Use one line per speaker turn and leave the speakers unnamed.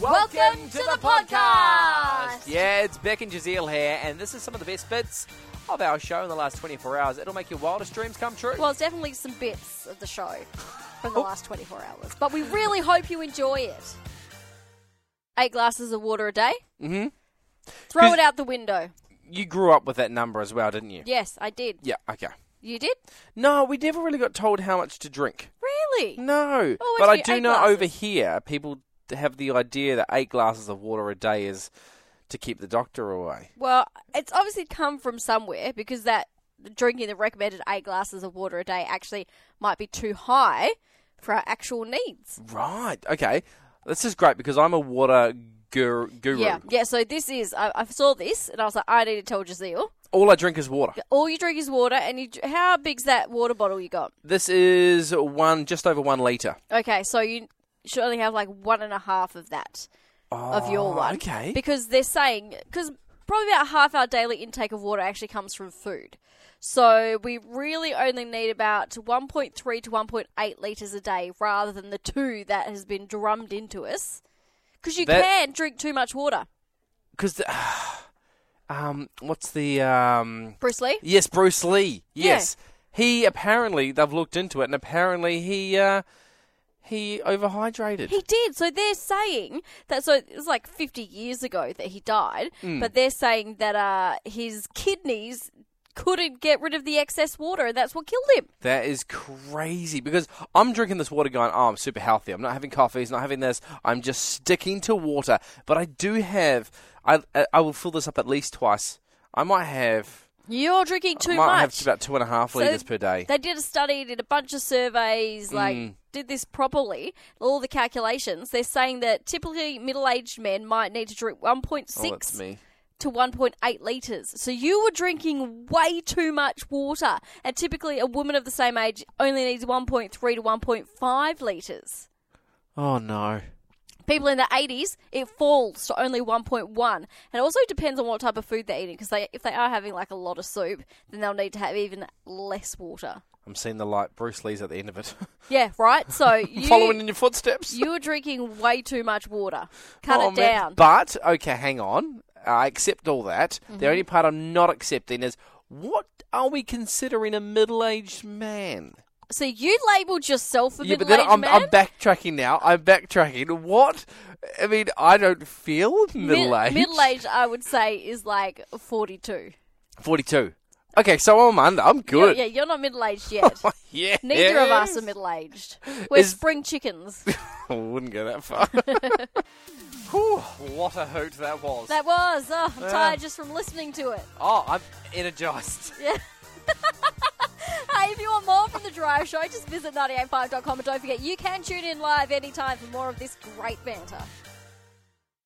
Welcome to the podcast.
Yeah, it's Beck and Jazeel here, and this is some of the best bits of our show in the last 24 hours. It'll make your wildest dreams come true.
Well, it's definitely some bits of the show from the last 24 hours, but we really hope you enjoy it. Eight glasses of water a day. Mm-hmm. Throw
'Cause-
it out the window.
you grew up with that number as well, didn't you?
Yes, I did.
Yeah, okay.
You did?
No, we never really got told how much to drink.
Really?
No.
Oh,
but
it's
I
been
do
eight
know
glasses.
over here, people have the idea that eight glasses of water a day is to keep the doctor away.
Well, it's obviously come from somewhere because that drinking the recommended eight glasses of water a day actually might be too high for our actual needs.
Right. Okay. This is great because I'm a water gur- guru.
Yeah, yeah. So this is I, I saw this and I was like, I need to tell Jazeel.
All I drink is water.
All you drink is water, and you dr- how big's that water bottle you got?
This is one just over one liter.
Okay, so you should only have like one and a half of that of your one.
Oh, okay.
because they're saying because probably about half our daily intake of water actually comes from food. So we really only need about 1.3 to 1.8 liters a day, rather than the two that has been drummed into us. Because you
That-
can drink too much water,
Because, um, what's the um?
Bruce Lee.
Yes, Bruce Lee.
Yeah.
Yes, he apparently they've looked into it, and apparently he uh he overhydrated.
He did. So they're saying that. So it was like 50 years ago that he died,
Mm.
but they're saying that uh, his kidneys couldn't get rid of the excess water, and that's what killed him.
that is crazy because I'm drinking this water, going, oh, I'm super healthy. I'm not having coffees, not having this. I'm just sticking to water. But I do have. I I- I will fill this up at least twice. I might have.
You're drinking too
might
much.
have about two and a half
So
liters per day.
They did a study, did a bunch of surveys, like
Mm.
did this properly, all the calculations. They're saying that typically middle-aged men might need to drink 1.6
Oh, that's me.
to 1.8 litres. So you were drinking way too much water. And typically, a woman of the same age only needs 1.3 to 1.5 litres.
Oh no.
People in their 80s, it falls to only 1.1. And it also depends on what type of food they're eating, because they, if they are having like a lot of soup, then they'll need to have even less water.
I'm seeing the light. Bruce Lee's at the end of it.
Yeah, right? So
Following
you,
in your footsteps.
you were drinking way too much water. Cut
Oh, man.
it down.
But, okay, hang on. I accept all that.
Mm-hmm.
The only part I'm not accepting is what are we considering a middle aged man?
So you labelled yourself a
yeah, but
middle-aged
then I'm,
man?
I'm backtracking now. I'm backtracking. What? I mean, I don't feel middle aged.
Middle aged, I would say, is like 42.
42. Okay, so I'm under. I'm
You're-
good.
yeah, you're not middle aged yet.
yeah.
Neither of us are middle aged. We're
Is-
spring chickens.
I wouldn't go that far. Whew, what a hoot that was.
That was. Oh,
Ah.
I'm tired just from listening to it.
oh, I'm energized.
Hey, if you want more from The Drive Show, just visit 985.com and don't forget you can tune in live anytime for more of this great banter.